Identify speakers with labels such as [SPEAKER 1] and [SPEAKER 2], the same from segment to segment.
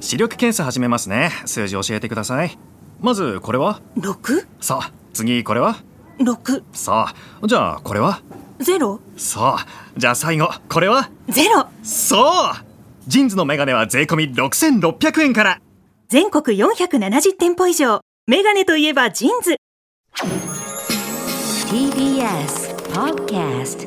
[SPEAKER 1] 視力検査始めますね数字教えてくださいまずこれは
[SPEAKER 2] 六
[SPEAKER 1] さあ次これは
[SPEAKER 2] 六
[SPEAKER 1] さあじゃあこれは
[SPEAKER 2] ゼロ
[SPEAKER 1] さあじゃあ最後これは
[SPEAKER 2] ゼロ
[SPEAKER 1] そうジーンズのメガネは税込6600円から
[SPEAKER 2] 全国470店舗以上メガネといえばジーンズ
[SPEAKER 3] TBS Podcast.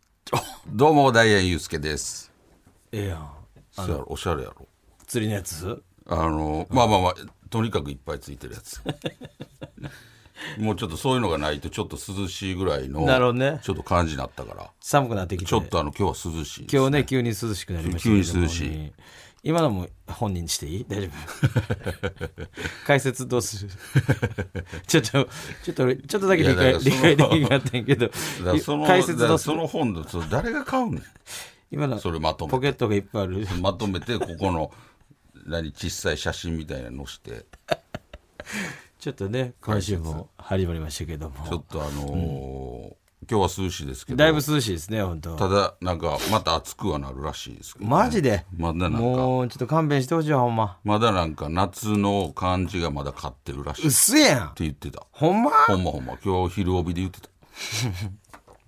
[SPEAKER 4] どうもダイアンユースケです
[SPEAKER 5] ええやん。
[SPEAKER 4] そうやろおしゃれやろ
[SPEAKER 5] 釣りのやつ
[SPEAKER 4] あの、まあまあまあとにかくいっぱいついてるや つもうちょっとそういうのがないとちょっと涼しいぐらいの
[SPEAKER 5] なるほどね
[SPEAKER 4] ちょっと感じになったから
[SPEAKER 5] 寒くなってきて。
[SPEAKER 4] ちょっとあの今日は涼しいです
[SPEAKER 5] 今日ね、急に涼しくなりましたけども。
[SPEAKER 4] 急に涼しい
[SPEAKER 5] ね。今のも本人にしていい大丈 夫。解説どうする ちょっと、ちょっと俺、ちょっとだけ理
[SPEAKER 4] いや
[SPEAKER 5] 解
[SPEAKER 4] だからそ
[SPEAKER 5] 理
[SPEAKER 4] の
[SPEAKER 5] 解できなかったんやけど
[SPEAKER 4] だからそ、の
[SPEAKER 5] 解説
[SPEAKER 4] だか
[SPEAKER 5] ど
[SPEAKER 4] ら
[SPEAKER 5] うす
[SPEAKER 4] そ
[SPEAKER 5] る
[SPEAKER 4] の本のそれ誰が買うねん
[SPEAKER 5] 今の
[SPEAKER 4] それまとめて
[SPEAKER 5] ポケットがいっぱいある。
[SPEAKER 4] まとめてここの何小さい写真みたいなの載して
[SPEAKER 5] ちょっとね、今週も始まりましたけど
[SPEAKER 4] ちょ
[SPEAKER 5] も
[SPEAKER 4] っ。とあのー今日は涼しいですけど
[SPEAKER 5] だいぶ涼しいですね、本当
[SPEAKER 4] ただなんかまた暑くはなるらしいですけどね、
[SPEAKER 5] マジで
[SPEAKER 4] まだなんか
[SPEAKER 5] もうちょっと勘弁してほしいわ、ほんま。
[SPEAKER 4] まだなんか夏の感じがまだ勝ってるらしいって
[SPEAKER 5] 薄やん。
[SPEAKER 4] 言ってた
[SPEAKER 5] ほんま
[SPEAKER 4] ほんまほんま今日昼帯で言 ってた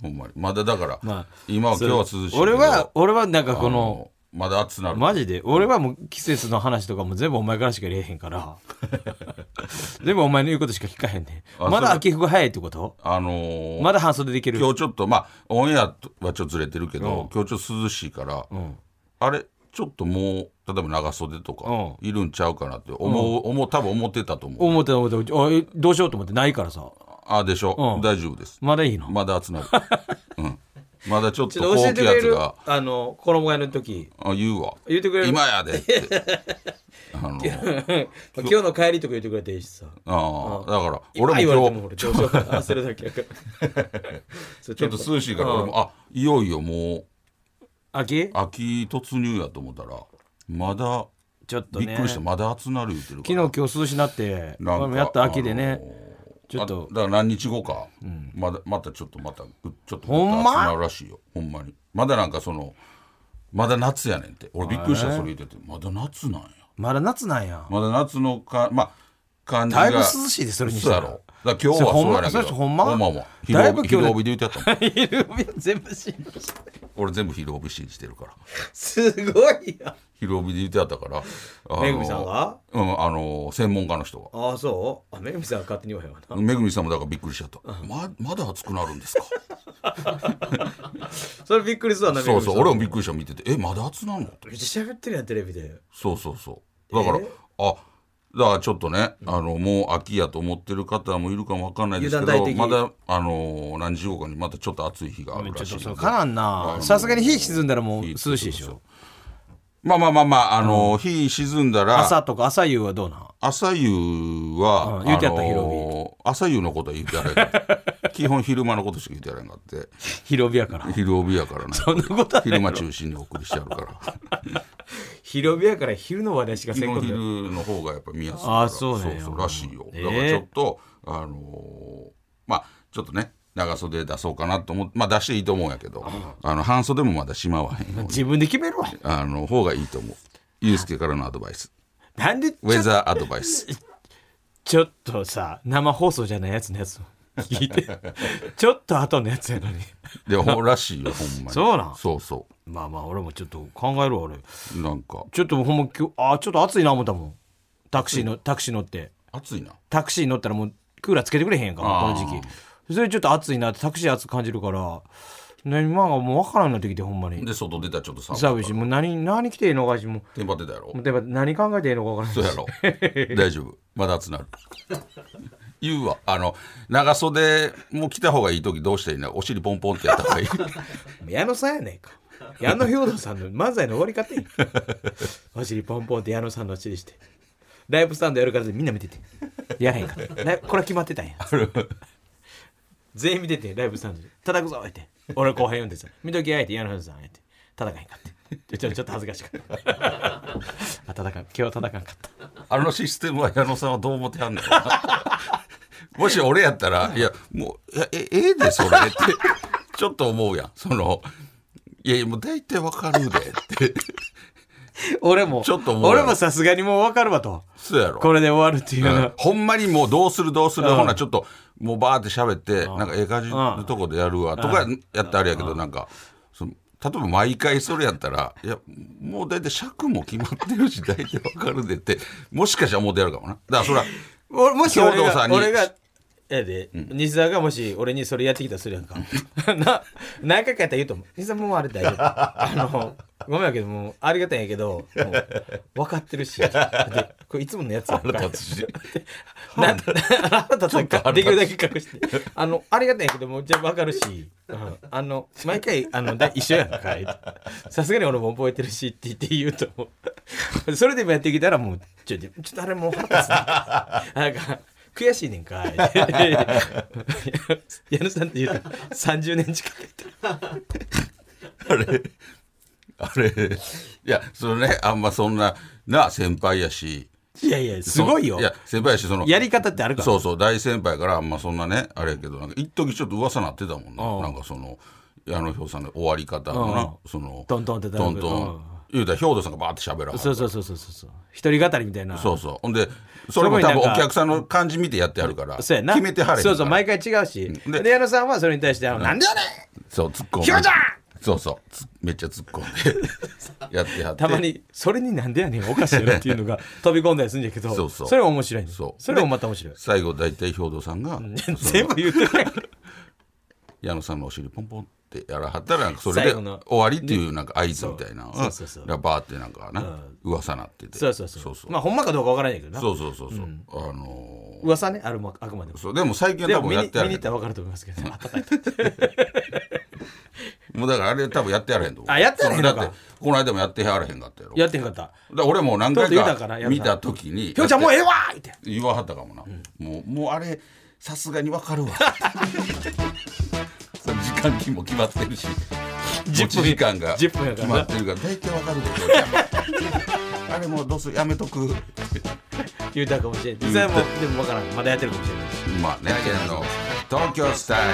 [SPEAKER 4] ほんまにまだだから、
[SPEAKER 5] まあ
[SPEAKER 4] 今は今日は涼しいけど
[SPEAKER 5] 俺は俺はなんか
[SPEAKER 4] あ
[SPEAKER 5] この
[SPEAKER 4] まだ暑なる
[SPEAKER 5] マジで俺はもう季節の話とかも全部お前からしか言えへんから 全部お前の言うことしか聞かへんね
[SPEAKER 4] あ
[SPEAKER 5] まだ
[SPEAKER 4] それ
[SPEAKER 5] 秋服早いってこと
[SPEAKER 4] あのー
[SPEAKER 5] まだ半袖でいける
[SPEAKER 4] 今日ちょっとまあオンエアはちょっとずれてるけど、今日ちょっと涼しいから、あれちょっともう例えば長袖とかいるんちゃうかなって思う、思う多分思ってたと思う、
[SPEAKER 5] 思ってた思ってたあえどうしようと思ってないからさ
[SPEAKER 4] あでしょ、
[SPEAKER 5] うん
[SPEAKER 4] 大丈夫です
[SPEAKER 5] まだいいの、
[SPEAKER 4] まだ集 まる、うん、まだちょっと高気圧が
[SPEAKER 5] あの衣替えの時
[SPEAKER 4] あ言うわ
[SPEAKER 5] 言ってくれる
[SPEAKER 4] 今 やでってあの
[SPEAKER 5] 今日の帰りとか言ってくれていいしさ
[SPEAKER 4] あーだから俺も今日
[SPEAKER 5] どうしようか焦るだけやから
[SPEAKER 4] ちょっと涼しいから俺もあいよいよもう
[SPEAKER 5] 秋
[SPEAKER 4] 秋突入やと思ったらまだ
[SPEAKER 5] ちょっと
[SPEAKER 4] び
[SPEAKER 5] ね
[SPEAKER 4] っくりしたまだ暑なる言ってるから
[SPEAKER 5] 昨日今日涼しなって
[SPEAKER 4] なんか
[SPEAKER 5] まあやった秋でね、
[SPEAKER 4] ち
[SPEAKER 5] ちょっと
[SPEAKER 4] だから何日後か、まだまたちょっとまたぐちょっと
[SPEAKER 5] ほんま
[SPEAKER 4] また集まるらしいよほんまにまだなんかそのまだ夏やねんって俺びっくりしたそれ言っててまだ夏なんや
[SPEAKER 5] まだ夏なんや
[SPEAKER 4] まだ夏のかまあ感じが
[SPEAKER 5] だいぶ涼しいでそれにした
[SPEAKER 4] そう
[SPEAKER 5] ら
[SPEAKER 4] やろだから今日はそうやねんけど
[SPEAKER 5] それほんまそれほんま
[SPEAKER 4] ほんま
[SPEAKER 5] だ
[SPEAKER 4] だ
[SPEAKER 5] い
[SPEAKER 4] い
[SPEAKER 5] ぶ
[SPEAKER 4] ぶ
[SPEAKER 5] 今日
[SPEAKER 4] 昼帯で言ってやったもん
[SPEAKER 5] 全部信じ
[SPEAKER 4] 俺全部昼帯信じてるから
[SPEAKER 5] すごいよ
[SPEAKER 4] 昼帯で言ってやったからあの
[SPEAKER 5] めぐみさんが
[SPEAKER 4] うんあの専門家の人が
[SPEAKER 5] ああそうあめぐみさんは勝手に言わへんわな
[SPEAKER 4] めぐみさんもだからびっくりしちゃったままだ暑くなるんです か
[SPEAKER 5] それびっくりするわな
[SPEAKER 4] そうそう俺もびっ
[SPEAKER 5] く
[SPEAKER 4] くりした見ててえまだ暑なのって
[SPEAKER 5] りしゃべってるやんテレビで
[SPEAKER 4] そうそうそうだから、あだからちょっとね、あのもう秋やと思ってる方もいるかもわかんないですけ
[SPEAKER 5] 油
[SPEAKER 4] ど
[SPEAKER 5] 断大敵
[SPEAKER 4] まだあのー何時後かにまたちょっと暑い日があるらしいので
[SPEAKER 5] かなんなさすがに日沈んだらもう涼しいでしょ
[SPEAKER 4] まあまあまあまあ、あのー日沈んだら
[SPEAKER 5] 朝とか朝夕はどうなん
[SPEAKER 4] 朝夕は、
[SPEAKER 5] うん言うてやった
[SPEAKER 4] あのー朝夕のことは言ってやられ ん基本昼間のことしか言ってやらんかって
[SPEAKER 5] 広びやから
[SPEAKER 4] 昼帯やからな
[SPEAKER 5] そんなことはない
[SPEAKER 4] 昼間中心にお送りしてやるから
[SPEAKER 5] 広びやから昼の話題しか
[SPEAKER 4] 基本
[SPEAKER 5] よ
[SPEAKER 4] 昼の方がやっぱ見やすい
[SPEAKER 5] あーそうなんや
[SPEAKER 4] そうらしいよ
[SPEAKER 5] え
[SPEAKER 4] だ
[SPEAKER 5] ー
[SPEAKER 4] からちょっと、あのーまあちょっとね長袖出そうかなと思ってまあ出していいと思うんやけどあの半袖もまだしまわへん ように
[SPEAKER 5] 自分で決めるわ
[SPEAKER 4] あの方がいいと思うユうスケからのアドバイス
[SPEAKER 5] なんでち
[SPEAKER 4] ウェ
[SPEAKER 5] ょ
[SPEAKER 4] ザーアドバイ ス
[SPEAKER 5] ちょっとさ生放送じゃないやつのやつを聞い てちょっと後のやつやのに
[SPEAKER 4] でもらしいよほんまに
[SPEAKER 5] そうなん
[SPEAKER 4] そうそ
[SPEAKER 5] まあまあ俺もちょっと考えるわ俺
[SPEAKER 4] うなんか
[SPEAKER 5] ちょっとほんま今日あーちょっと暑いな思ったもんタクシーのタクシー乗って
[SPEAKER 4] 暑いな
[SPEAKER 5] タクシー乗ったらもうクーラーつけてくれへんやんかもうこの時期それちょっと暑いなってタクシー暑く感じるから何まあもう分からんようになってきてほんまに
[SPEAKER 4] で外出たらちょっと寒い
[SPEAKER 5] 寒いしもう何何着ていいのかしも
[SPEAKER 4] テンパってたやろ
[SPEAKER 5] うもうでも何考えていいのか分からんし
[SPEAKER 4] そうやろ大丈夫まだ暑なる言うわあの長袖も着た方がいい時どうしたらいいのお尻ポンポンってやった方がいい
[SPEAKER 5] 矢野さんやねんか矢野兵道さんの漫才の終わり方やんお尻ポンポンって矢野さんのお尻してライブスタンドやるからってみんな見ててやらへんからライブこれは決まってたんや全員見ててライブスタンドで叩くぞって俺後輩呼んでさ見ときやいって矢野兵道さんやって叩かへんかってちょちょっと恥ずかしかったあ叩かん今日は叩かんかった
[SPEAKER 4] あのシステムは矢野さんはどう思ってはんのかなもし俺やったら、いや、もう、いやえ、ええで、それって、ちょっと思うやん。その、いやいや、もう大体わかるでって。
[SPEAKER 5] 俺も
[SPEAKER 4] ちょっと思う
[SPEAKER 5] 俺もさすがにもう分かるわと
[SPEAKER 4] そうやろ。
[SPEAKER 5] これで終わるっていうの
[SPEAKER 4] うん
[SPEAKER 5] は
[SPEAKER 4] ほんまにもうどうするどうする、
[SPEAKER 5] うん
[SPEAKER 4] ほなちょっともうバーって喋って、なんかええ感じのとこでやるわとかやってあれやけど、なんかその例えば毎回それやったらいやもう大体尺も決まってるし大体わかるでってもしかしたら思ってやるかもなだからそ れは
[SPEAKER 5] 俺もし俺
[SPEAKER 4] 兵道
[SPEAKER 5] が
[SPEAKER 4] さんに
[SPEAKER 5] 俺がやで、西澤がもし俺にそれやってきたらする やんかな何回かやったら言うと思う西澤もうあれ大丈夫あのごめんやけどもうありがたいんやけどもう分かってるしでこれいつものやつやんか
[SPEAKER 4] 腹立つし
[SPEAKER 5] な腹立つ
[SPEAKER 4] ちょっと腹立つ
[SPEAKER 5] できるだけ隠してあのありがたいんやけどもうじゃあ分かるし、 うんあの毎回あのだ一緒やんかいさすがに俺も覚えてるしって言って言うと思う それでもやってきたらもうちょちょちょっとあれもう腹立つな なんか悔しいねんかい 矢野さんって言うと30年近くやってる
[SPEAKER 4] あれあれいやそれねあんまそんなな先輩やし
[SPEAKER 5] いやいやすごいよ
[SPEAKER 4] そのいや先輩やしその
[SPEAKER 5] やり方ってあるから
[SPEAKER 4] そうそう大先輩からあんまそんなねあれやけどなんか一時ちょっと噂なってたもん
[SPEAKER 5] うん
[SPEAKER 4] ななんかその矢野兵さんの終わり方のなその
[SPEAKER 5] トントンって
[SPEAKER 4] トント
[SPEAKER 5] うん
[SPEAKER 4] ン言うたら兵頭さんがバーって喋らはる
[SPEAKER 5] そうそうそうそうそう一人語りみたいな
[SPEAKER 4] そうそうほんでそれも
[SPEAKER 5] そこ
[SPEAKER 4] 多
[SPEAKER 5] に
[SPEAKER 4] 分
[SPEAKER 5] なんか
[SPEAKER 4] お客さんの感じ見てやってやるから
[SPEAKER 5] そう
[SPEAKER 4] 決
[SPEAKER 5] やな
[SPEAKER 4] めてはれへん
[SPEAKER 5] そうそう
[SPEAKER 4] から
[SPEAKER 5] 毎回違うし、
[SPEAKER 4] うん
[SPEAKER 5] で
[SPEAKER 4] で
[SPEAKER 5] 矢野さんはそれに対して「あのなんでやねん!」
[SPEAKER 4] そう突っ込んでそうそうつめっちゃ突っ込ん でやってはって
[SPEAKER 5] たまに「それになんでやねんおかしいよね」っていう のが飛び込んだりするんやけど
[SPEAKER 4] そうそう
[SPEAKER 5] れは面白いね
[SPEAKER 4] そう
[SPEAKER 5] れもまた面白い
[SPEAKER 4] 最後大体兵頭さんが
[SPEAKER 5] 全部言ってない
[SPEAKER 4] 矢野さんのお尻ポンポンってやらはったらなんかそれ
[SPEAKER 5] 最
[SPEAKER 4] で
[SPEAKER 5] 後
[SPEAKER 4] 終
[SPEAKER 5] の
[SPEAKER 4] わりっていうなんか合図みたいな
[SPEAKER 5] そうそうそうそう
[SPEAKER 4] がバーってなんかな、噂なってて
[SPEAKER 5] そうそうそう
[SPEAKER 4] そうそう、
[SPEAKER 5] まあほんまかどうかわからないけどな
[SPEAKER 4] そうそうそうそうあのー
[SPEAKER 5] 噂ねあるまあくまでも
[SPEAKER 4] そうでも最近
[SPEAKER 5] で
[SPEAKER 4] は多
[SPEAKER 5] も
[SPEAKER 4] 分
[SPEAKER 5] 見
[SPEAKER 4] や
[SPEAKER 5] に
[SPEAKER 4] っ
[SPEAKER 5] 見に
[SPEAKER 4] てあ
[SPEAKER 5] 行
[SPEAKER 4] る
[SPEAKER 5] ったらわかると思いますけど、ね、
[SPEAKER 4] もうだからあれ多分やってやらへんと思う
[SPEAKER 5] あやってやらへんのか
[SPEAKER 4] だってこの間もやってやらへんかったやろ
[SPEAKER 5] やってんかった
[SPEAKER 4] だから俺も何
[SPEAKER 5] とうとう
[SPEAKER 4] 回
[SPEAKER 5] 言うたんかな
[SPEAKER 4] か
[SPEAKER 5] 矢野さん
[SPEAKER 4] 見た時に
[SPEAKER 5] 「ひょうちゃんもうええわ!」って
[SPEAKER 4] 言わはったかもな、もうもうあれさすがにわかるわ その時間金も決まってるし持ち時間が
[SPEAKER 5] 10
[SPEAKER 4] 決
[SPEAKER 5] 分やから
[SPEAKER 4] まってるから大体わかるでしょ あれもうどうするやめとく
[SPEAKER 5] 言うたかもしれん実際もでもわからんまだやってるかもしれないし
[SPEAKER 4] まあねあの東京スタイル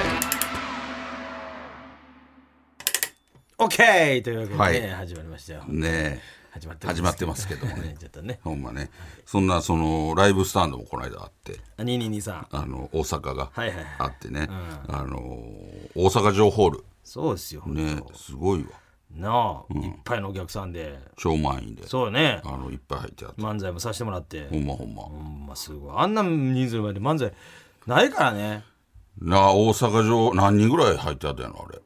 [SPEAKER 5] オッケーというわけでね、
[SPEAKER 4] はい
[SPEAKER 5] 始まりましたよ
[SPEAKER 4] ね
[SPEAKER 5] 始まって
[SPEAKER 4] 始まってますけどもね
[SPEAKER 5] ちょっとね
[SPEAKER 4] えほんまねそんなそのライブスタンドもこの間あって
[SPEAKER 5] 2223
[SPEAKER 4] あの大阪が
[SPEAKER 5] はいはいはい
[SPEAKER 4] あってね、あの大阪城ホール
[SPEAKER 5] そうですよ、
[SPEAKER 4] ねすごいわ
[SPEAKER 5] なあ、いっぱいのお客さんで
[SPEAKER 4] 超満員で
[SPEAKER 5] そうね
[SPEAKER 4] あのいっぱい入ってあって、
[SPEAKER 5] 漫才もさせてもらって、
[SPEAKER 4] ほんまほんま、
[SPEAKER 5] うんまあすごいあんな人数の前で漫才ないからね
[SPEAKER 4] なあ大阪城何人ぐらい入ってあったんやろあれ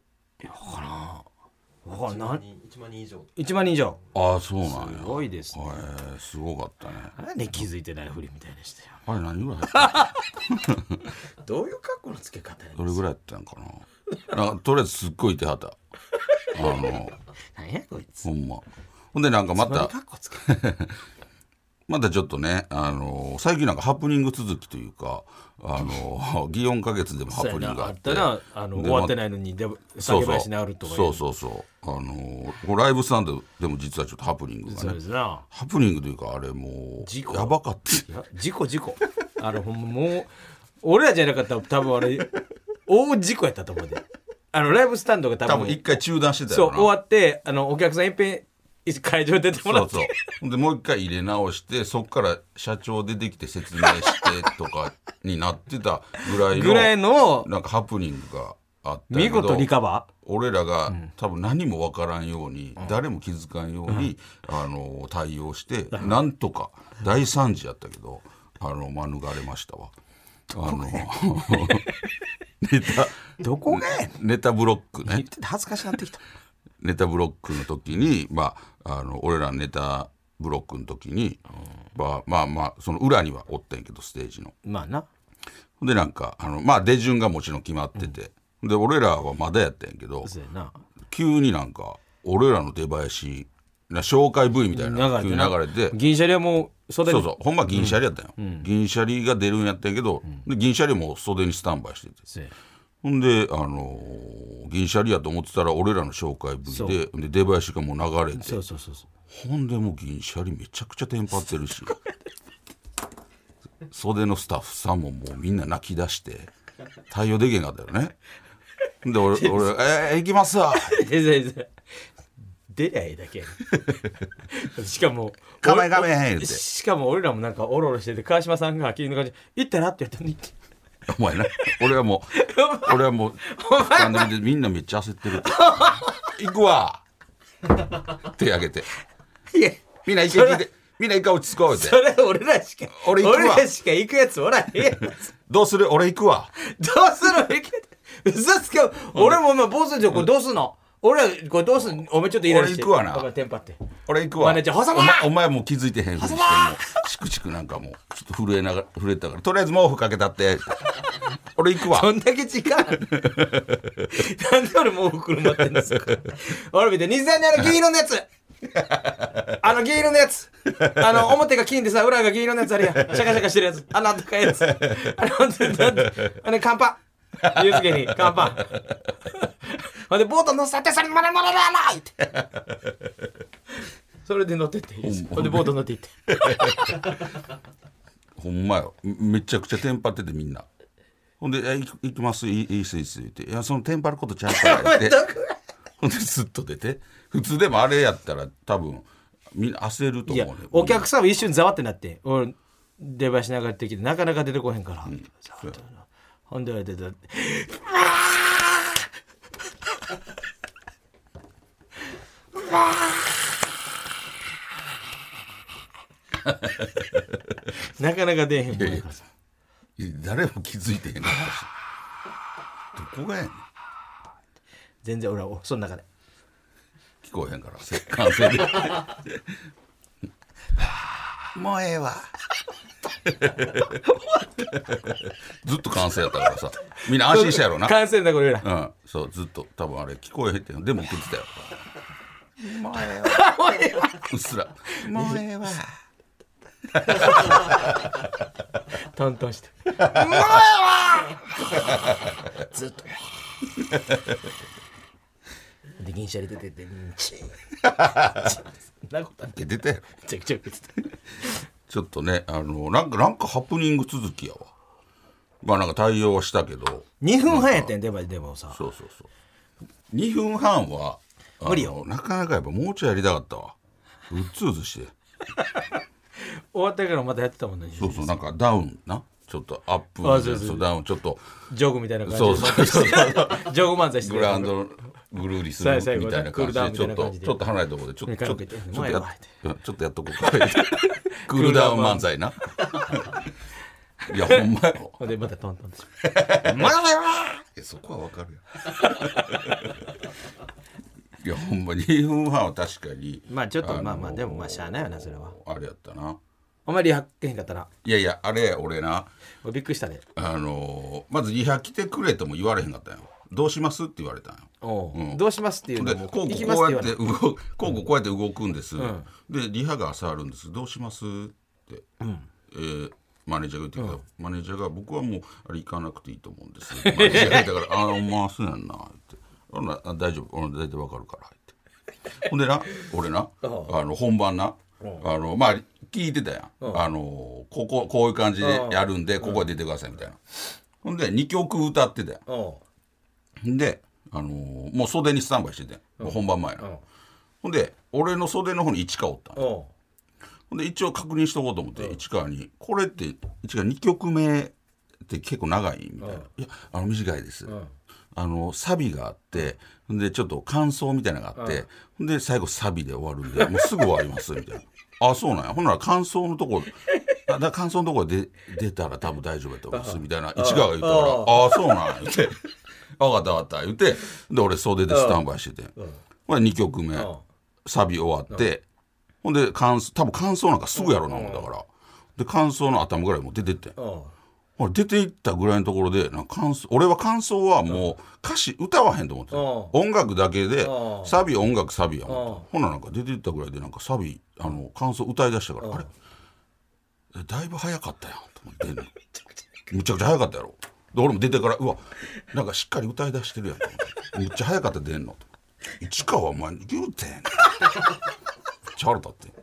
[SPEAKER 5] わかんない1万人以上
[SPEAKER 4] ああそうなんや
[SPEAKER 5] すごいですね
[SPEAKER 4] へえすごかったね
[SPEAKER 5] 何で気づいてないふりみたいでしたよ
[SPEAKER 4] あれ何人ぐらい入ってた
[SPEAKER 5] どういう格好のつけ方やね
[SPEAKER 4] どれぐらいやったんかななんかとりあえずすっごいいてはったあの
[SPEAKER 5] 何やこいつ
[SPEAKER 4] ほんまほんでなんかまた
[SPEAKER 5] 格好つけ
[SPEAKER 4] またちょっとね、あの最近なんかハプニング続きというか、あの祇園花月でもハプニングがあって
[SPEAKER 5] そうやなあったなあの
[SPEAKER 4] で
[SPEAKER 5] 終わって
[SPEAKER 4] ま
[SPEAKER 5] ないのにで
[SPEAKER 4] そう
[SPEAKER 5] 酒林にあるとか
[SPEAKER 4] そうそうそうあのこれライブスタンドでも実はちょっとハプニング
[SPEAKER 5] そ
[SPEAKER 4] が
[SPEAKER 5] う
[SPEAKER 4] ね
[SPEAKER 5] ですな
[SPEAKER 4] ハプニングというかあれも
[SPEAKER 5] 事故
[SPEAKER 4] うやばかった
[SPEAKER 5] いや事故事故あのほんまもう俺らじゃなかったら多分あれ大事故やったと思うであのライブスタンドが多
[SPEAKER 4] 多
[SPEAKER 5] 分
[SPEAKER 4] 分一回中断してた
[SPEAKER 5] そ
[SPEAKER 4] よ
[SPEAKER 5] う
[SPEAKER 4] な
[SPEAKER 5] 終わってあのお客さんいっぺん会場出てもら
[SPEAKER 4] そ
[SPEAKER 5] っ
[SPEAKER 4] う
[SPEAKER 5] て
[SPEAKER 4] そうほんでもう一回入れ直してそっから社長出てきて説明してとかになってたぐらいの
[SPEAKER 5] ぐらいの
[SPEAKER 4] なんかハプニングがあったんや
[SPEAKER 5] 見
[SPEAKER 4] けど
[SPEAKER 5] 事リカバ
[SPEAKER 4] 俺らが、多分何も分からんように、誰も気づかんように、あの対応して、なんとか大惨事やったけどあの免れましたわ。あの ネタ
[SPEAKER 5] ーどこがやねん
[SPEAKER 4] ネタブロックね
[SPEAKER 5] てて恥ずかしなってきた
[SPEAKER 4] ネタブロックの時に、まあ、あの俺らのネタブロックの時に、まあまあまあその裏にはおったんやけどステージの。
[SPEAKER 5] まあな
[SPEAKER 4] ほんでなんかあの、まあ、出順がもちろん決まってて、で俺らはまだやったんやけど
[SPEAKER 5] そうやな
[SPEAKER 4] 急になんか俺らの出囃子な紹介 V みたいな急に流れて
[SPEAKER 5] 銀シャリはもう袖
[SPEAKER 4] そ
[SPEAKER 5] に
[SPEAKER 4] うそうほんま銀シャリやったんよ、銀シャリが出るんやったんやけど、で銀シャリも袖にスタンバイしてて
[SPEAKER 5] せ
[SPEAKER 4] ほんで、あのー銀シャリやと思ってたら俺らの紹介 V でで出囃子がもう流れて
[SPEAKER 5] そうそうそうそう
[SPEAKER 4] ほんでもう銀シャリめちゃくちゃテンパってるし袖のスタッフさんももうみんな泣き出して対応できへんかったよねで俺俺「えー、行きますわ
[SPEAKER 5] 全然全然出りゃいいだけ やねしかも
[SPEAKER 4] かまえかまえへん」言って
[SPEAKER 5] しかも俺らもなんかオロオロしてて川島さんが急の感じ「行ったな」って言ったのに
[SPEAKER 4] お前な俺はもう俺はもうスタンドでみんなめっちゃ焦ってる行くわ手挙げて
[SPEAKER 5] いや
[SPEAKER 4] みんな一回聞いてみんな一回落ち着こうって
[SPEAKER 5] それ俺らしか
[SPEAKER 4] 俺行くわ
[SPEAKER 5] らしか行くやつおらへんやんどう
[SPEAKER 4] どうする俺行くわ
[SPEAKER 5] するの行くやつ嘘つけ俺も今坊主でこれどうすんの俺らこれどうすんのお前ちょっとイライラして
[SPEAKER 4] 俺行くわな
[SPEAKER 5] お前テンパって
[SPEAKER 4] 俺行くわ
[SPEAKER 5] マネージャー挟ま
[SPEAKER 4] お前お前もう気づいてへんふりしてもうチクチクなんかもうちょっと震えながら震えてたからとりあえず毛布かけた って俺行くわ
[SPEAKER 5] どんだけ 時間なんで俺もう袋待ってんですか俺見て、西さんにあの銀色のや つあの銀色のやつあの表が金でさ、裏が銀色のやつあるやん。シャカシャカしてるやつ。あのあったかいやつ。あれほんとになんであの、乾パン。ゆうすけに乾パン。ほんで、ボート乗せて、それにまだ乗れるやないって。それで乗ってって。ほんで、ボート乗っていって。
[SPEAKER 4] ほんまよめめちゃくちゃテンパっててみんなほんでえ「行き行きますいいいいっすいいっす」言って「いやそのテンパることちゃう から」ってほんでスッと出て普通でもあれやったら多分みんな焦ると
[SPEAKER 5] い
[SPEAKER 4] 思
[SPEAKER 5] や
[SPEAKER 4] うね、
[SPEAKER 5] お客さんは一瞬ざわってなって、俺、出囃子流れてきて、なかなか出てこへんから。ざわってなほんで、俺出て、うわーうわー なかなか出えへんもんやからさ
[SPEAKER 4] いや誰も気づいてへんかったしどこがやねん
[SPEAKER 5] 全然俺はその中で
[SPEAKER 4] 聞こえへんからせ完成でもうええわずっと完成やったからさみんな安心したやろな
[SPEAKER 5] 完成だこれ俺ら
[SPEAKER 4] うんそうずっと多分あれ聞こえへんってんでも食ってたようっすらもうええわ
[SPEAKER 5] トントンしてずっとで銀シャリ出ててうんチー そんなことある
[SPEAKER 4] 出てたやろ
[SPEAKER 5] ちゃくちゃ食ってた
[SPEAKER 4] ちょっとねあのなんかなんかハプニング続きやわまあなんか対応はしたけど
[SPEAKER 5] 2分半やったんやでもでもさ
[SPEAKER 4] そうそうそう2分半はあの
[SPEAKER 5] 無理よ
[SPEAKER 4] なかなかやっぱもうちょいやりたかったわうっつうつして
[SPEAKER 5] 終わったからまたやってたもんね
[SPEAKER 4] そうそうなんかダウンなちょっとアップ
[SPEAKER 5] あそうそうそう
[SPEAKER 4] そうダウンちょっと
[SPEAKER 5] ジョグみたいな感じで
[SPEAKER 4] そうそうそう
[SPEAKER 5] ジョグ漫才して
[SPEAKER 4] グラウンドグルーリす
[SPEAKER 5] さ
[SPEAKER 4] る
[SPEAKER 5] あ最後
[SPEAKER 4] みたいな
[SPEAKER 5] クー
[SPEAKER 4] 感
[SPEAKER 5] ル
[SPEAKER 4] じ
[SPEAKER 5] ダ
[SPEAKER 4] で
[SPEAKER 5] ウンみ
[SPEAKER 4] ち
[SPEAKER 5] たい
[SPEAKER 4] ょっ
[SPEAKER 5] な感
[SPEAKER 4] と
[SPEAKER 5] じで
[SPEAKER 4] ちょっと離れたところでちょっとちょっとち
[SPEAKER 5] 軽く
[SPEAKER 4] ょっとや
[SPEAKER 5] 前は
[SPEAKER 4] っちょっとやっとこうかクールダウン漫才ないやほんまやろ
[SPEAKER 5] ほんでまたトントンして
[SPEAKER 4] まだだよいやそこはわかるよいやほんま2分半は確かに
[SPEAKER 5] まあちょっと
[SPEAKER 4] の
[SPEAKER 5] まあまあでもまあしゃあないよなそれは
[SPEAKER 4] あれやったな
[SPEAKER 5] あんまりやってへんかったない
[SPEAKER 4] やいやあれ俺な
[SPEAKER 5] 俺びっくりしたで
[SPEAKER 4] あのーまず「リハ来てくれ」とも言われへんかったんよどうしますって言われたんよ
[SPEAKER 5] おう
[SPEAKER 4] うん
[SPEAKER 5] どうしますっていう
[SPEAKER 4] で
[SPEAKER 5] のも
[SPEAKER 4] こうこう
[SPEAKER 5] 行きますっ
[SPEAKER 4] こ
[SPEAKER 5] て
[SPEAKER 4] う
[SPEAKER 5] 言
[SPEAKER 4] やって
[SPEAKER 5] わない
[SPEAKER 4] 動くこうこうこうやって動くんです、でリハが朝あるんですどうしますって、えーマネージャーが言ってきた、マネージャーが僕はもうあれ行かなくていいと思うんですマネージャーが言ったから「ああ お前そうやんな」ってほんならあ「大丈夫俺大体わかるから」ってほんで な俺なあの本番なあのまあ聞いてたやん、あのこここういう感じでやるんで、ここは出てくださいみたいな、ほんで2曲歌ってたやん
[SPEAKER 5] おう
[SPEAKER 4] で、あのーもう袖にスタンバイしてて、もう本番前の、ほんで俺の袖の方に市川おったの
[SPEAKER 5] おう
[SPEAKER 4] ほんで一応確認しとこうと思って、市川に「これって市川2曲目って結構長い?」みたいな「いやあの短いです」あのサビがあってほんでちょっと感想みたいなのがあって、ほんで最後サビで終わるんでもうすぐ終わりますみたいな 「あそうなんやほんなら感想のとこあだから感想のところで出たら多分大丈夫だと思います」みたいな市川が言ったから「ああそうなんや」言 って「分かった分かった」言ってで俺袖でスタンバイしててほんで2曲目サビ終わってほんで感想多分感想なんかすぐやろうなもんだからで感想の頭ぐらいもう出てってん
[SPEAKER 5] おう
[SPEAKER 4] ほほら出ていったぐらいのところでなんか感想俺は感想はもう歌詞歌わへんと思ってた音楽だけで
[SPEAKER 5] うん
[SPEAKER 4] サビ音楽サビや
[SPEAKER 5] うん
[SPEAKER 4] もんほななんか出ていったぐらいでなんかサビあの感想歌いだしたからあれだいぶ早かったやんと思って んのむちゃくちゃ早かったやろで俺も出てからうわなんかしっかり歌いだしてるやんと思ってむっちゃ早かった出んのと市川お前言うてんめっちゃ腹立って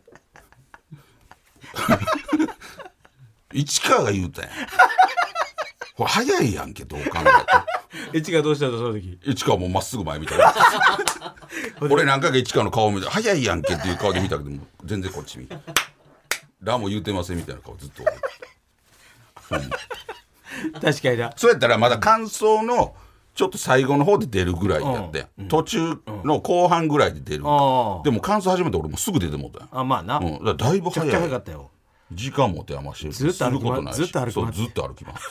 [SPEAKER 4] 市川が言うてんこれ早いやんけどう考え
[SPEAKER 5] エチがどうしたのその時
[SPEAKER 4] ても市川もうまっすぐ前見たら 俺何回か市川の顔を見て早いやんけっていう顔で見たけどもう全然こっち見ラも言うてませんみたいな顔ずっと
[SPEAKER 5] 確かにだ
[SPEAKER 4] そうやったらまだ感想のちょっと最後の方で出るぐらいやって、途中の後半ぐらいで出る、
[SPEAKER 5] あ
[SPEAKER 4] でも感想始めて俺もうすぐ出てもうた
[SPEAKER 5] あまあな、
[SPEAKER 4] やん、うん、
[SPEAKER 5] め
[SPEAKER 4] だからだいぶ
[SPEAKER 5] ち
[SPEAKER 4] 早
[SPEAKER 5] ゃく
[SPEAKER 4] い
[SPEAKER 5] ちゃ早かったよ
[SPEAKER 4] 時間も手余してる
[SPEAKER 5] ずっと歩きます
[SPEAKER 4] し
[SPEAKER 5] ずっと歩き
[SPEAKER 4] そう
[SPEAKER 5] ます
[SPEAKER 4] ずっと歩きます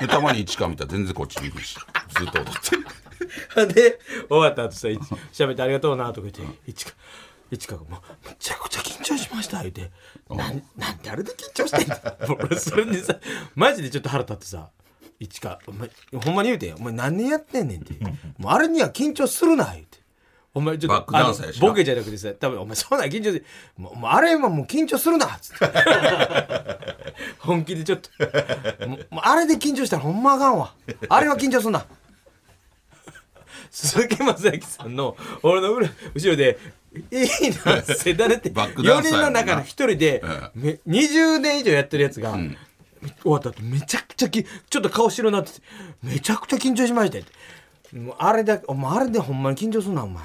[SPEAKER 4] でたまに一か見たら全然こっち見るしずっと踊って
[SPEAKER 5] で終わった後さいち喋ってありがとうなとか言って「いちか」いちかがもうめちゃくちゃ緊張しました言うてなんなんであれで緊張してんだ もう俺それでさマジでちょっと腹立ってさ「いちかお前ほんまに言うてんお前何年やってんねん」って「もうあれには緊張するな」言うて。お前ちょ
[SPEAKER 4] バッ
[SPEAKER 5] っと
[SPEAKER 4] クダ
[SPEAKER 5] あ
[SPEAKER 4] ンサーやし
[SPEAKER 5] の
[SPEAKER 4] な
[SPEAKER 5] ボケじゃなくてさ多分お前そんなん緊張でもうもうあれはもう緊張するなっつって本気でちょっともうもうあれで緊張したらほんまあかんわあれは緊張すんな鈴木正明さんの俺の裏後ろで「いいなせだれ」って
[SPEAKER 4] バックダ
[SPEAKER 5] 4
[SPEAKER 4] ンサー
[SPEAKER 5] 人の中の1人で
[SPEAKER 4] う
[SPEAKER 5] め20年以上やってるやつが、終わった後めちゃくちゃきちょっと顔白になっててめちゃくちゃ緊張しましたよってもうあれだお前あれでほんまに緊張すんなお前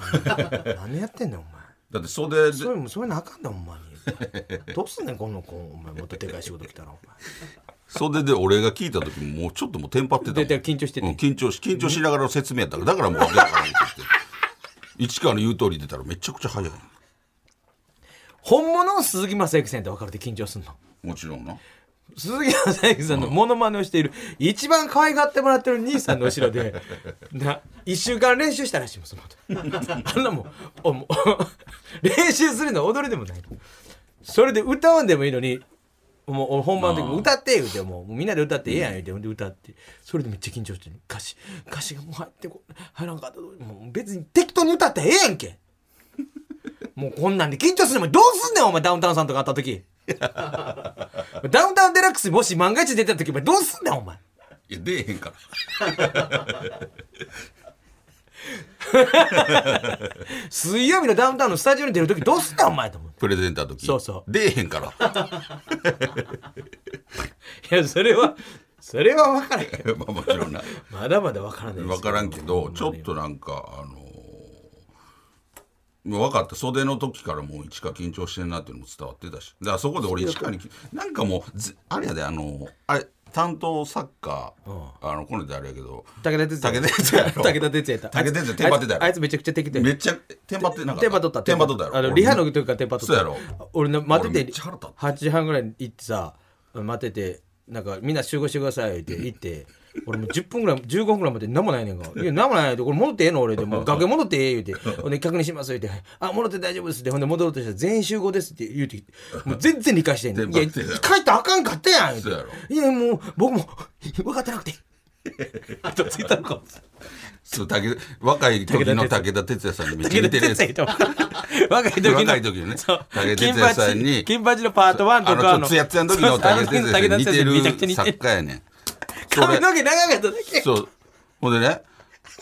[SPEAKER 5] 何やってんだお前
[SPEAKER 4] だって袖で
[SPEAKER 5] それもそれなあかんだほんまにどうすんねんこの子お前もっとでかい仕事来たらお前
[SPEAKER 4] 袖で俺が聞いた時ももうちょっともうテンパってたもん
[SPEAKER 5] でで緊張してて
[SPEAKER 4] うん緊張し緊張しながらの説明やったからだからもうだから言って市川の言う通り出たらめちゃくちゃ早い
[SPEAKER 5] 本物の鈴木雅之さんって分かるって緊張すんの
[SPEAKER 4] もちろんな
[SPEAKER 5] 鈴木雅之さんのモノマネをしている一番可愛がってもらってる兄さんの後ろ でな1週間練習したらしいもんその 後あんなもんおもう 練習するのは踊りでもないそれで歌うんでもいいのにもう俺本番の時も歌って言うてもうみんなで歌ってええやん言うてほんで歌ってそれでめっちゃ緊張してる歌詞歌詞がもう入ってこ入らんかったもう別に適当に歌ったらええやんけ もうこんなんで緊張するのどうすんねんお前ダウンタウンさんとか会った時ダウンタウンデラックスにもし万が一出た時お前どうすんねんお前
[SPEAKER 4] いや出えへんから
[SPEAKER 5] 水曜日のダウンタウンのスタジオに出る時どうすんねんお前と思う
[SPEAKER 4] プレゼンターの時
[SPEAKER 5] そうそう
[SPEAKER 4] 出えへん から
[SPEAKER 5] いやそれはそれは分からへん
[SPEAKER 4] まあもちろんな
[SPEAKER 5] まだまだ分からないです
[SPEAKER 4] 分からんけどちょっとなんかあのー分かった袖の時からもう一花緊張してんなっていうのも伝わってたしだからそこで俺一花になんかもうぜあれやであのーあれ担当サッカーあのこの人あれやけど
[SPEAKER 5] 武田鉄矢
[SPEAKER 4] 武田鉄矢やろ
[SPEAKER 5] 武田鉄矢やった
[SPEAKER 4] 武田鉄矢テンパってたやろ
[SPEAKER 5] あいつあいつめちゃくちゃ適当や
[SPEAKER 4] めっちゃテンパってなかった
[SPEAKER 5] テンパ取った
[SPEAKER 4] テンパ取ったやろ
[SPEAKER 5] あのリハの時からテンパ取った
[SPEAKER 4] そうやろ
[SPEAKER 5] 俺の待って
[SPEAKER 4] 俺め
[SPEAKER 5] て
[SPEAKER 4] っちゃ腹立った
[SPEAKER 5] 8時半ぐらいに行ってさ待っててなんかみんな集合してくださいって言って俺もう10分ぐらい15分ぐらい待って何もないねんか「いや何もない」って「これ戻ってええの俺」って「 もう楽屋戻ってええ」言うて「ほんで確認します」言うて「あ戻って大丈夫です」ってほんで戻ろうとしたら「全員集合です」って言うてもう全然理解してん ねん「い
[SPEAKER 4] 全
[SPEAKER 5] や
[SPEAKER 4] 部
[SPEAKER 5] 帰
[SPEAKER 4] 待ってたよ
[SPEAKER 5] ったらあかんかったやん」
[SPEAKER 4] そうや
[SPEAKER 5] 言うて「いやもう僕も分かってなくて」あとついたのか
[SPEAKER 4] そう武田若い時の武田鉄矢さんに めっちゃ
[SPEAKER 5] 武
[SPEAKER 4] 似
[SPEAKER 5] 田
[SPEAKER 4] てるや
[SPEAKER 5] 鉄
[SPEAKER 4] つ
[SPEAKER 5] 矢と若い時の
[SPEAKER 4] 若い時のね
[SPEAKER 5] そう
[SPEAKER 4] 武田
[SPEAKER 5] 金
[SPEAKER 4] 鉄矢さんに
[SPEAKER 5] 八金八のパート1とか
[SPEAKER 4] あのちょっとツヤツヤの時の
[SPEAKER 5] そうそうあ
[SPEAKER 4] 武田鉄矢さんに似て
[SPEAKER 5] めちゃくちゃ
[SPEAKER 4] る
[SPEAKER 5] 似てる
[SPEAKER 4] 作家やねんそれ
[SPEAKER 5] 髪の毛長かっただけ
[SPEAKER 4] そう。ほんでね、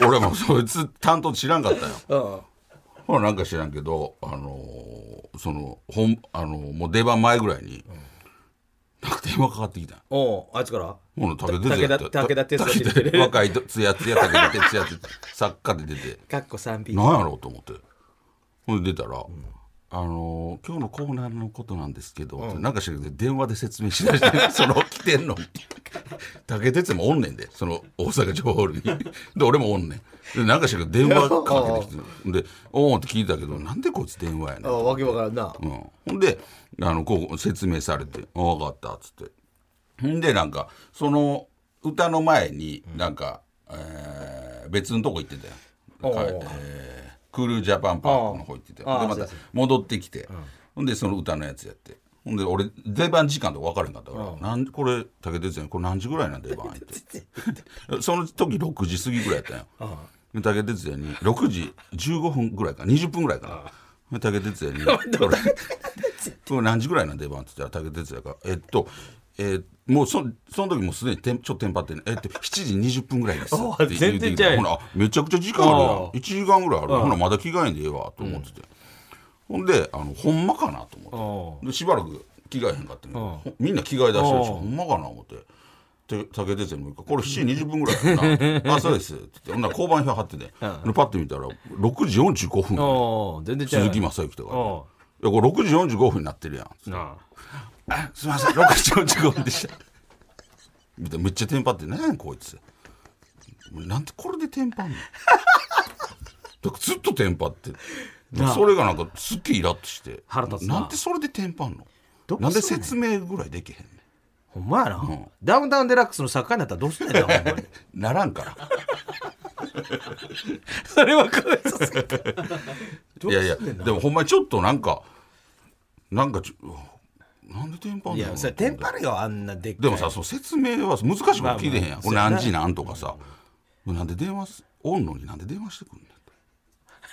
[SPEAKER 4] 俺もそいつ担当知らんかったよ。
[SPEAKER 5] うん
[SPEAKER 4] ほらなんか知らんけど、あのーその、ほん、あのーもう出番前ぐらいに、なんか電話かかってきたよ
[SPEAKER 5] おうあいつから
[SPEAKER 4] ほら武田鉄矢やって
[SPEAKER 5] 武田武田鉄矢って言って
[SPEAKER 4] 武田若いとつやつや武田鉄矢って作家で出て、
[SPEAKER 5] かっこ 3P
[SPEAKER 4] なんやろうと思って。ほんで出たら、あのー今日のコーナーのことなんですけど、ってなんか知らんけど電話で説明しだして、その来てんのに。武田鉄矢もおんねんでその大阪城ホールにで俺もおんねんでなんかしらんけど電話かけてきてで「おお」って聞いたけどなんでこいつ電話やねん、うん、
[SPEAKER 5] わけわからんな
[SPEAKER 4] ほんであのこう説明されて「あ分かった」っつってほんでなんかその歌の前になんか、えー別のとこ行ってたよ、かえークールジャパンパークの方行ってたよ
[SPEAKER 5] あ
[SPEAKER 4] で
[SPEAKER 5] ーあ
[SPEAKER 4] ま
[SPEAKER 5] ーそう
[SPEAKER 4] た
[SPEAKER 5] そう
[SPEAKER 4] 戻ってきて、ほんでその歌のやつやってほんで俺出番時間とか分からへんかったから、なんこれ武哲也これ何時ぐらいなん出番ってその時6時過ぎぐらいやったんよ、で武哲也に6時15分ぐらいか20分ぐらいかな、で武哲 也にこれこれ何時ぐらいなん出番って言ったら武哲也が「えっとえーもうそその時もうすでにテンちょっとテンパってんねえっと7時20分ぐらいです」って言 って
[SPEAKER 5] 全
[SPEAKER 4] き
[SPEAKER 5] 然違う
[SPEAKER 4] て
[SPEAKER 5] やん
[SPEAKER 4] ほなめちゃくちゃ時間あるやん
[SPEAKER 5] ああ
[SPEAKER 4] 1時間ぐらいあるほなまだ着替えんでええわと思ってて、ほんであのほんまかなと思って。
[SPEAKER 5] お
[SPEAKER 4] でしばらく着替えへんかったんやけど
[SPEAKER 5] うん
[SPEAKER 4] ほみんな着替え出してるし
[SPEAKER 5] うん
[SPEAKER 4] ほんまかな思ってで武哲にもう一回「これ7時20分ぐらい やなあそうです」って言ってほんなら交番表貼ってね、でパッて見たら6時45分
[SPEAKER 5] お全然違
[SPEAKER 4] 鈴
[SPEAKER 5] う
[SPEAKER 4] 木雅之とか
[SPEAKER 5] お
[SPEAKER 4] 「いやこれ6時45分になってるやん」
[SPEAKER 5] な
[SPEAKER 4] あすいません6時45分でした」みたいなめっちゃテンパって「ねえこいつ」なんでこれでテンパんのだからずっとテンパって
[SPEAKER 5] なあ
[SPEAKER 4] それがなんかすっげえイラッとして
[SPEAKER 5] 腹立つなん
[SPEAKER 4] でそれでテンパんの
[SPEAKER 5] どうすんねん
[SPEAKER 4] なんで説明ぐらいできへんね
[SPEAKER 5] ほんまやな、ダウンタウンデラックスの作家になったらどうす んねんなほんまに
[SPEAKER 4] んならんから
[SPEAKER 5] それはかわいそうすぎたどう
[SPEAKER 4] いやいや
[SPEAKER 5] すんねんな
[SPEAKER 4] でもほんまにちょっとなんかなんかちょなんでテンパんの
[SPEAKER 5] いやそれテンパるよあんなでっかい
[SPEAKER 4] でもさそう説明は難しく聞いてへんやん、
[SPEAKER 5] まあまあ
[SPEAKER 4] これ何時なんとかさなんで電話すおんのになんで電話してくんねん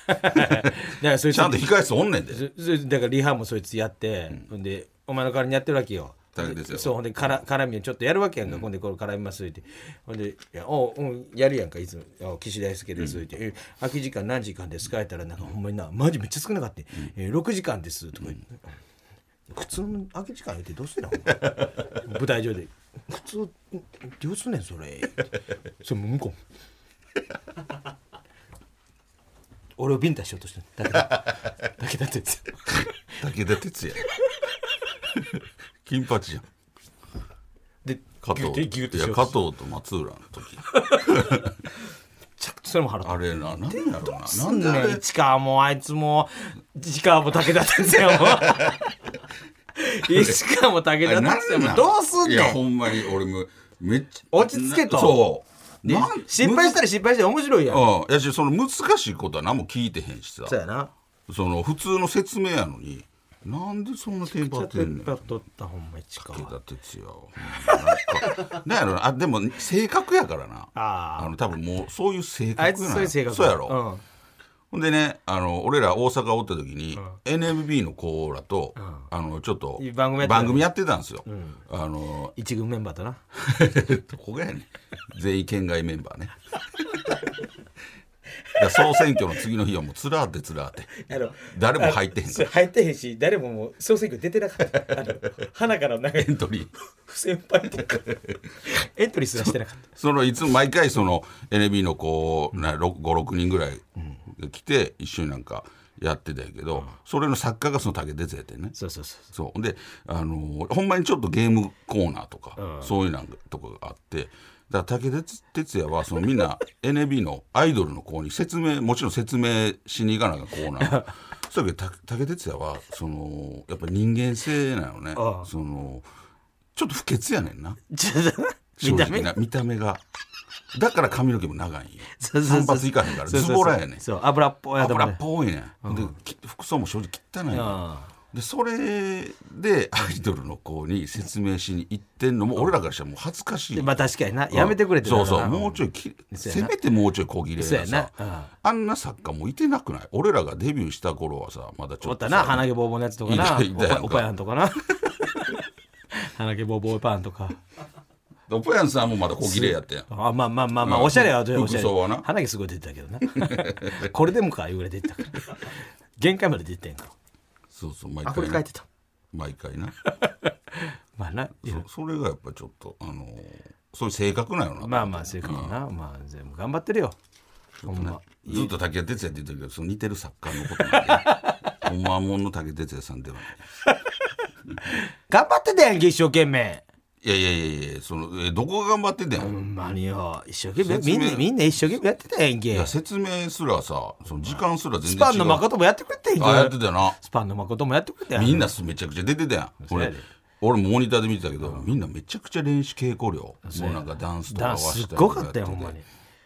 [SPEAKER 5] だからそいつ
[SPEAKER 4] ちゃんと控え室おんねんで
[SPEAKER 5] そそだからリハもそいつやって、ほんでお前の代わりにやってるわけよ
[SPEAKER 4] 大変ですよ
[SPEAKER 5] そうほんでから絡みをちょっとやるわけやんか、ほんでこれ絡みますってほんでいやおう、うん、やるやんかいつもあ岸大輔ですって、え空き時間何時間ですか?」言ったらなんかほんまになマジめっちゃ少なかった、えー、6時間です」とか言って、普通の空き時間言ってどうすんの舞台上で「普通どうすんねんそれ」それもう向こう俺をビンタしようとしてるだけだだけだって
[SPEAKER 4] 武田鉄矢金八じゃん
[SPEAKER 5] で
[SPEAKER 4] 加
[SPEAKER 5] ギュ
[SPEAKER 4] 藤
[SPEAKER 5] ッてギュッて
[SPEAKER 4] い
[SPEAKER 5] し
[SPEAKER 4] や
[SPEAKER 5] よう
[SPEAKER 4] 加
[SPEAKER 5] とし
[SPEAKER 4] 藤
[SPEAKER 5] て
[SPEAKER 4] と松浦の時
[SPEAKER 5] それも腹立
[SPEAKER 4] あれな何やろうななん
[SPEAKER 5] つ
[SPEAKER 4] であれ
[SPEAKER 5] ね市川もあいつも市川も武田鉄矢も市川も武田鉄矢
[SPEAKER 4] な
[SPEAKER 5] もどうすん
[SPEAKER 4] いや
[SPEAKER 5] ね
[SPEAKER 4] ほ
[SPEAKER 5] ん
[SPEAKER 4] んまに俺もめっちゃ
[SPEAKER 5] 落ち着けと
[SPEAKER 4] なそう
[SPEAKER 5] ね
[SPEAKER 4] なん
[SPEAKER 5] 失敗したら失敗して面白いやん
[SPEAKER 4] うんいやしその難しいことは何も聞いてへんしさ
[SPEAKER 5] そうやな
[SPEAKER 4] その普通の説明やのになんでそんなテンパってんねん
[SPEAKER 5] ちょっと取ったほんま市
[SPEAKER 4] 武
[SPEAKER 5] 川
[SPEAKER 4] 田鉄矢ほんまなんかなんやろなあでも性格やから な
[SPEAKER 5] あー
[SPEAKER 4] の多分もうそういう性格
[SPEAKER 5] あ
[SPEAKER 4] や
[SPEAKER 5] いつそういう性格
[SPEAKER 4] そうやろ、ほんでねあの俺ら大阪おった時に、NMB の子らと、あのちょっと
[SPEAKER 5] いい番組やってたね
[SPEAKER 4] 番組やってたんですよ、あの
[SPEAKER 5] うん、一軍メンバーだな
[SPEAKER 4] どこがやねん全員県外メンバーね だから総選挙の次の日はもうつらーってつらーって
[SPEAKER 5] あの
[SPEAKER 4] 誰も入ってへん
[SPEAKER 5] あ
[SPEAKER 4] から
[SPEAKER 5] そう入ってへんし誰ももう総選挙出てなかったあの花からなんか
[SPEAKER 4] エントリー
[SPEAKER 5] 不先輩っていうかエントリーすらしてなかった
[SPEAKER 4] そのいつも毎回その NB の子56人ぐらいが来て一緒になんかやってたんやけど、それの作家がその竹哲也やってんね
[SPEAKER 5] そうそうそう
[SPEAKER 4] そうで、あのーほんまにちょっとゲームコーナーとか、そういうなんかとかがあってだから武田鉄矢はそのみんな NB のアイドルの子に説明もちろん説明しに行かなきゃコーナーそうだけどた武田鉄矢はそのやっぱり人間性なのね
[SPEAKER 5] ああ
[SPEAKER 4] そのちょっと不潔やねんな
[SPEAKER 5] ちょっと
[SPEAKER 4] 正
[SPEAKER 5] 見た
[SPEAKER 4] 直
[SPEAKER 5] 目
[SPEAKER 4] な見た目がだから髪の毛も長いんよ
[SPEAKER 5] そうそうそう
[SPEAKER 4] 散髪いかへんから
[SPEAKER 5] そうそう
[SPEAKER 4] ズ
[SPEAKER 5] そう
[SPEAKER 4] ボラやねん
[SPEAKER 5] そう油っぽい
[SPEAKER 4] 油
[SPEAKER 5] 頭
[SPEAKER 4] っ
[SPEAKER 5] で
[SPEAKER 4] ぽいねん、でき服装も正直汚いねん
[SPEAKER 5] あ
[SPEAKER 4] でそれでアイドルの子に説明しに行ってんのも俺らからしたらもう恥ずかしい、
[SPEAKER 5] でまあ確かになやめてくれってな
[SPEAKER 4] そ
[SPEAKER 5] る
[SPEAKER 4] う
[SPEAKER 5] な
[SPEAKER 4] そうもうちょいき
[SPEAKER 5] そう
[SPEAKER 4] せ
[SPEAKER 5] やな
[SPEAKER 4] めてもうちょい小切れな
[SPEAKER 5] そうやな
[SPEAKER 4] さ
[SPEAKER 5] うん
[SPEAKER 4] あんな作家もいてなくない俺らがデビューした頃はさまだちょ
[SPEAKER 5] お
[SPEAKER 4] っ
[SPEAKER 5] っ
[SPEAKER 4] と
[SPEAKER 5] た
[SPEAKER 4] さ
[SPEAKER 5] な鼻毛ボーボーのやつとかない
[SPEAKER 4] たいたやんか
[SPEAKER 5] おっぱいやん とかな鼻毛ボーボーパンとか
[SPEAKER 4] おぽやんさんもまだ小切れやったやん
[SPEAKER 5] あまあまあまあまあ、
[SPEAKER 4] うん
[SPEAKER 5] おしゃれはお
[SPEAKER 4] 服
[SPEAKER 5] しゃれおしゃ
[SPEAKER 4] 服装はな
[SPEAKER 5] れ鼻毛すごい出てたけどな これでもかいうぐらい出てたから限界まで出てんから
[SPEAKER 4] そうそう毎
[SPEAKER 5] あこ
[SPEAKER 4] 回
[SPEAKER 5] れ
[SPEAKER 4] な
[SPEAKER 5] 書いてた
[SPEAKER 4] 毎回な
[SPEAKER 5] まあな
[SPEAKER 4] そうそれがやっぱちょっとあのーそういう性格なんよな
[SPEAKER 5] まあまあ正確だな、まあ全部頑張ってるよほんま
[SPEAKER 4] ずっと竹谷哲也って言ってるけどその似てる作家のことなん でほんまはもんの竹谷哲也さんではない
[SPEAKER 5] 頑張ってたやんけ一生懸命
[SPEAKER 4] いやいやいやいやそのえどこが頑張ってんだよ、
[SPEAKER 5] ほんまによ一生懸命
[SPEAKER 4] 説明
[SPEAKER 5] みんなみんな一生懸命やってたやん
[SPEAKER 4] い
[SPEAKER 5] け
[SPEAKER 4] や説明すらさその時間すら全然違う
[SPEAKER 5] スパンの誠もやってくれたやんけ
[SPEAKER 4] あやってたよな
[SPEAKER 5] スパンの誠もやってくれたやん
[SPEAKER 4] みんなすめちゃくちゃ出てたやん
[SPEAKER 5] そうや
[SPEAKER 4] 俺
[SPEAKER 5] で
[SPEAKER 4] 俺もモニターで見てたけど、みんなめちゃくちゃ練習稽古量もうなんかダンスとか合わ
[SPEAKER 5] ダンス
[SPEAKER 4] せ
[SPEAKER 5] すった
[SPEAKER 4] りと
[SPEAKER 5] ご
[SPEAKER 4] か
[SPEAKER 5] か
[SPEAKER 4] や
[SPEAKER 5] ったよほんまに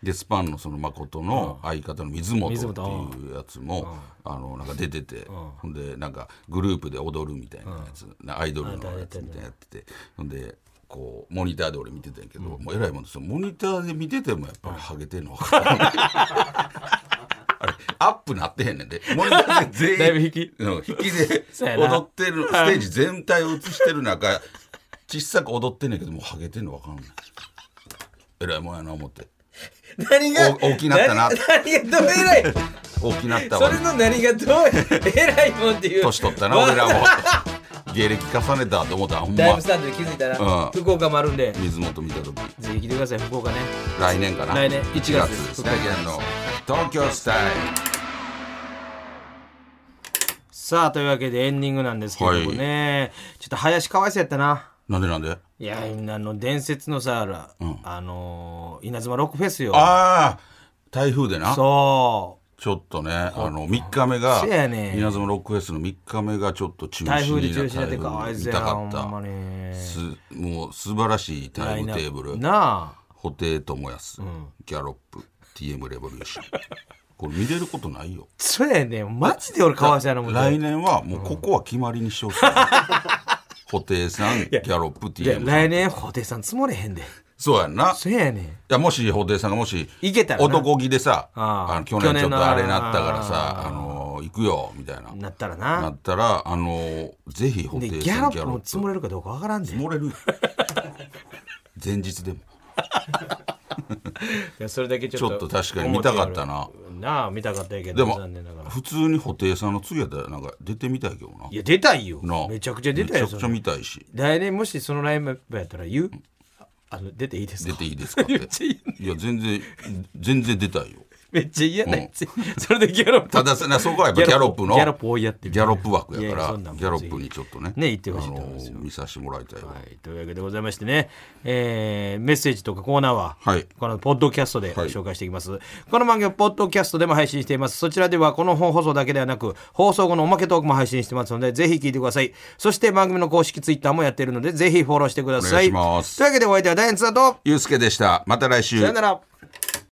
[SPEAKER 4] でスパンのその誠の相方の水本
[SPEAKER 5] 水
[SPEAKER 4] っ
[SPEAKER 5] 本
[SPEAKER 4] ていうやつも、あのなんか出てて、ほんでなんかグループで踊るみたいなやつ、なアイドルのやつみたいなやっててほんでこうモニターで俺見てたんやけど、もうえらいもんですよモニターで見ててもやっぱりハゲてんの分から んあれアップなってへんねんでモニターで全員
[SPEAKER 5] だいぶ引き
[SPEAKER 4] うん、引きで
[SPEAKER 5] そうやな
[SPEAKER 4] 踊ってるステージ全体を映してる中小さく踊ってんねんけどもうハゲてんの分からんねんえらいもんやな思って
[SPEAKER 5] 何が
[SPEAKER 4] お大きなったな
[SPEAKER 5] 何何がどう 偉い
[SPEAKER 4] 大きなった
[SPEAKER 5] そ
[SPEAKER 4] わ
[SPEAKER 5] れの何がどう偉いもんっていう
[SPEAKER 4] 年取ったな俺らも芸歴重ねたと思ったほん
[SPEAKER 5] だい
[SPEAKER 4] ま
[SPEAKER 5] ぶスタンドで気づいたら、
[SPEAKER 4] うん
[SPEAKER 5] 福岡もあるんで
[SPEAKER 4] 水元見た時
[SPEAKER 5] ぜひ来てください福岡ね
[SPEAKER 4] 来年かな
[SPEAKER 5] 来年1月
[SPEAKER 4] 1ですね来年の東京スタイ
[SPEAKER 5] さあというわけでエンディングなんですけどもね、ちょっと林かわいそうやったな
[SPEAKER 4] ルなんでなんで
[SPEAKER 5] いやあの伝説のさ、あのー稲妻ロックフェスよ
[SPEAKER 4] ああ台風でな
[SPEAKER 5] そ
[SPEAKER 4] ちょっとねあの3日目が
[SPEAKER 5] せやねん
[SPEAKER 4] 稲妻ロックフェスの3日目がちょっと中止
[SPEAKER 5] う
[SPEAKER 4] になって
[SPEAKER 5] 台風で中止になってかわ
[SPEAKER 4] 台
[SPEAKER 5] い
[SPEAKER 4] 風
[SPEAKER 5] そ
[SPEAKER 4] 見
[SPEAKER 5] うや
[SPEAKER 4] た
[SPEAKER 5] なほ
[SPEAKER 4] か
[SPEAKER 5] ん
[SPEAKER 4] っ
[SPEAKER 5] ま
[SPEAKER 4] た
[SPEAKER 5] に
[SPEAKER 4] すもう素晴らしいタイムテーブル
[SPEAKER 5] なあ
[SPEAKER 4] 布袋寅泰、ギャロップ TM レボリューション これ見れることないよ
[SPEAKER 5] そうやねんマジで俺かわいそうやな思って
[SPEAKER 4] 来年はもうここは決まりにしてほしい 布袋さんギャロップ
[SPEAKER 5] いや
[SPEAKER 4] TM
[SPEAKER 5] 来年布袋さん積もれへんで
[SPEAKER 4] そうやんな
[SPEAKER 5] そうやねん
[SPEAKER 4] いやもし布袋さんがもし
[SPEAKER 5] いけたらな
[SPEAKER 4] 男気でさ
[SPEAKER 5] ああ
[SPEAKER 4] あの去年ちょっとあれ
[SPEAKER 5] 去年の
[SPEAKER 4] なったからさあの行くよみたいな
[SPEAKER 5] なったら
[SPEAKER 4] な
[SPEAKER 5] な
[SPEAKER 4] ったらあのぜひ布
[SPEAKER 5] で
[SPEAKER 4] 袋
[SPEAKER 5] ギャ
[SPEAKER 4] さ
[SPEAKER 5] ロ
[SPEAKER 4] んギャ
[SPEAKER 5] ップ
[SPEAKER 4] ロッ
[SPEAKER 5] も積
[SPEAKER 4] プ
[SPEAKER 5] もれるかどうかわからんで
[SPEAKER 4] 積も れるよ前日でも
[SPEAKER 5] いやそれだけち
[SPEAKER 4] ちょっと確かに見たかったな
[SPEAKER 5] なあ見たかったけど
[SPEAKER 4] でも
[SPEAKER 5] 残念ながら
[SPEAKER 4] 普通に布袋さんの次やったらなんか出てみたいけどない
[SPEAKER 5] や出たいよ
[SPEAKER 4] な
[SPEAKER 5] めちゃくちゃ出たよ
[SPEAKER 4] めちゃくちゃ見たいし
[SPEAKER 5] 来年もしそのライブやったら言うあの出ていいです
[SPEAKER 4] 出
[SPEAKER 5] か
[SPEAKER 4] ていいですかって
[SPEAKER 5] めっちゃいい
[SPEAKER 4] いや全然全然出たいよ
[SPEAKER 5] めっちゃ嫌なやつ、
[SPEAKER 4] う
[SPEAKER 5] それでギャロップ
[SPEAKER 4] ただそそこはやっぱギャロップの
[SPEAKER 5] ギャロップ追いやってみ
[SPEAKER 4] ギャロップ枠やか
[SPEAKER 5] いやい
[SPEAKER 4] ら
[SPEAKER 5] やそ
[SPEAKER 4] ギ
[SPEAKER 5] んなん
[SPEAKER 4] ャロップにちょっとね
[SPEAKER 5] ね行ってほしいと思いますよ
[SPEAKER 4] あの見させてもらいたいわ
[SPEAKER 5] はい、というわけでございましてね、えーメッセージとかコーナーは、
[SPEAKER 4] はい
[SPEAKER 5] このポッドキャストで紹介していきます、この番組はポッドキャストでも配信していますそちらではこの本放送だけではなく放送後のおまけトークも配信してますのでぜひ聞いてくださいそして番組の公式ツイッターもやっているのでぜひフォローしてください
[SPEAKER 4] お願いします
[SPEAKER 5] というわけでお相手はダイアンツだと
[SPEAKER 4] ゆうすけでしたまた来週
[SPEAKER 5] さよなら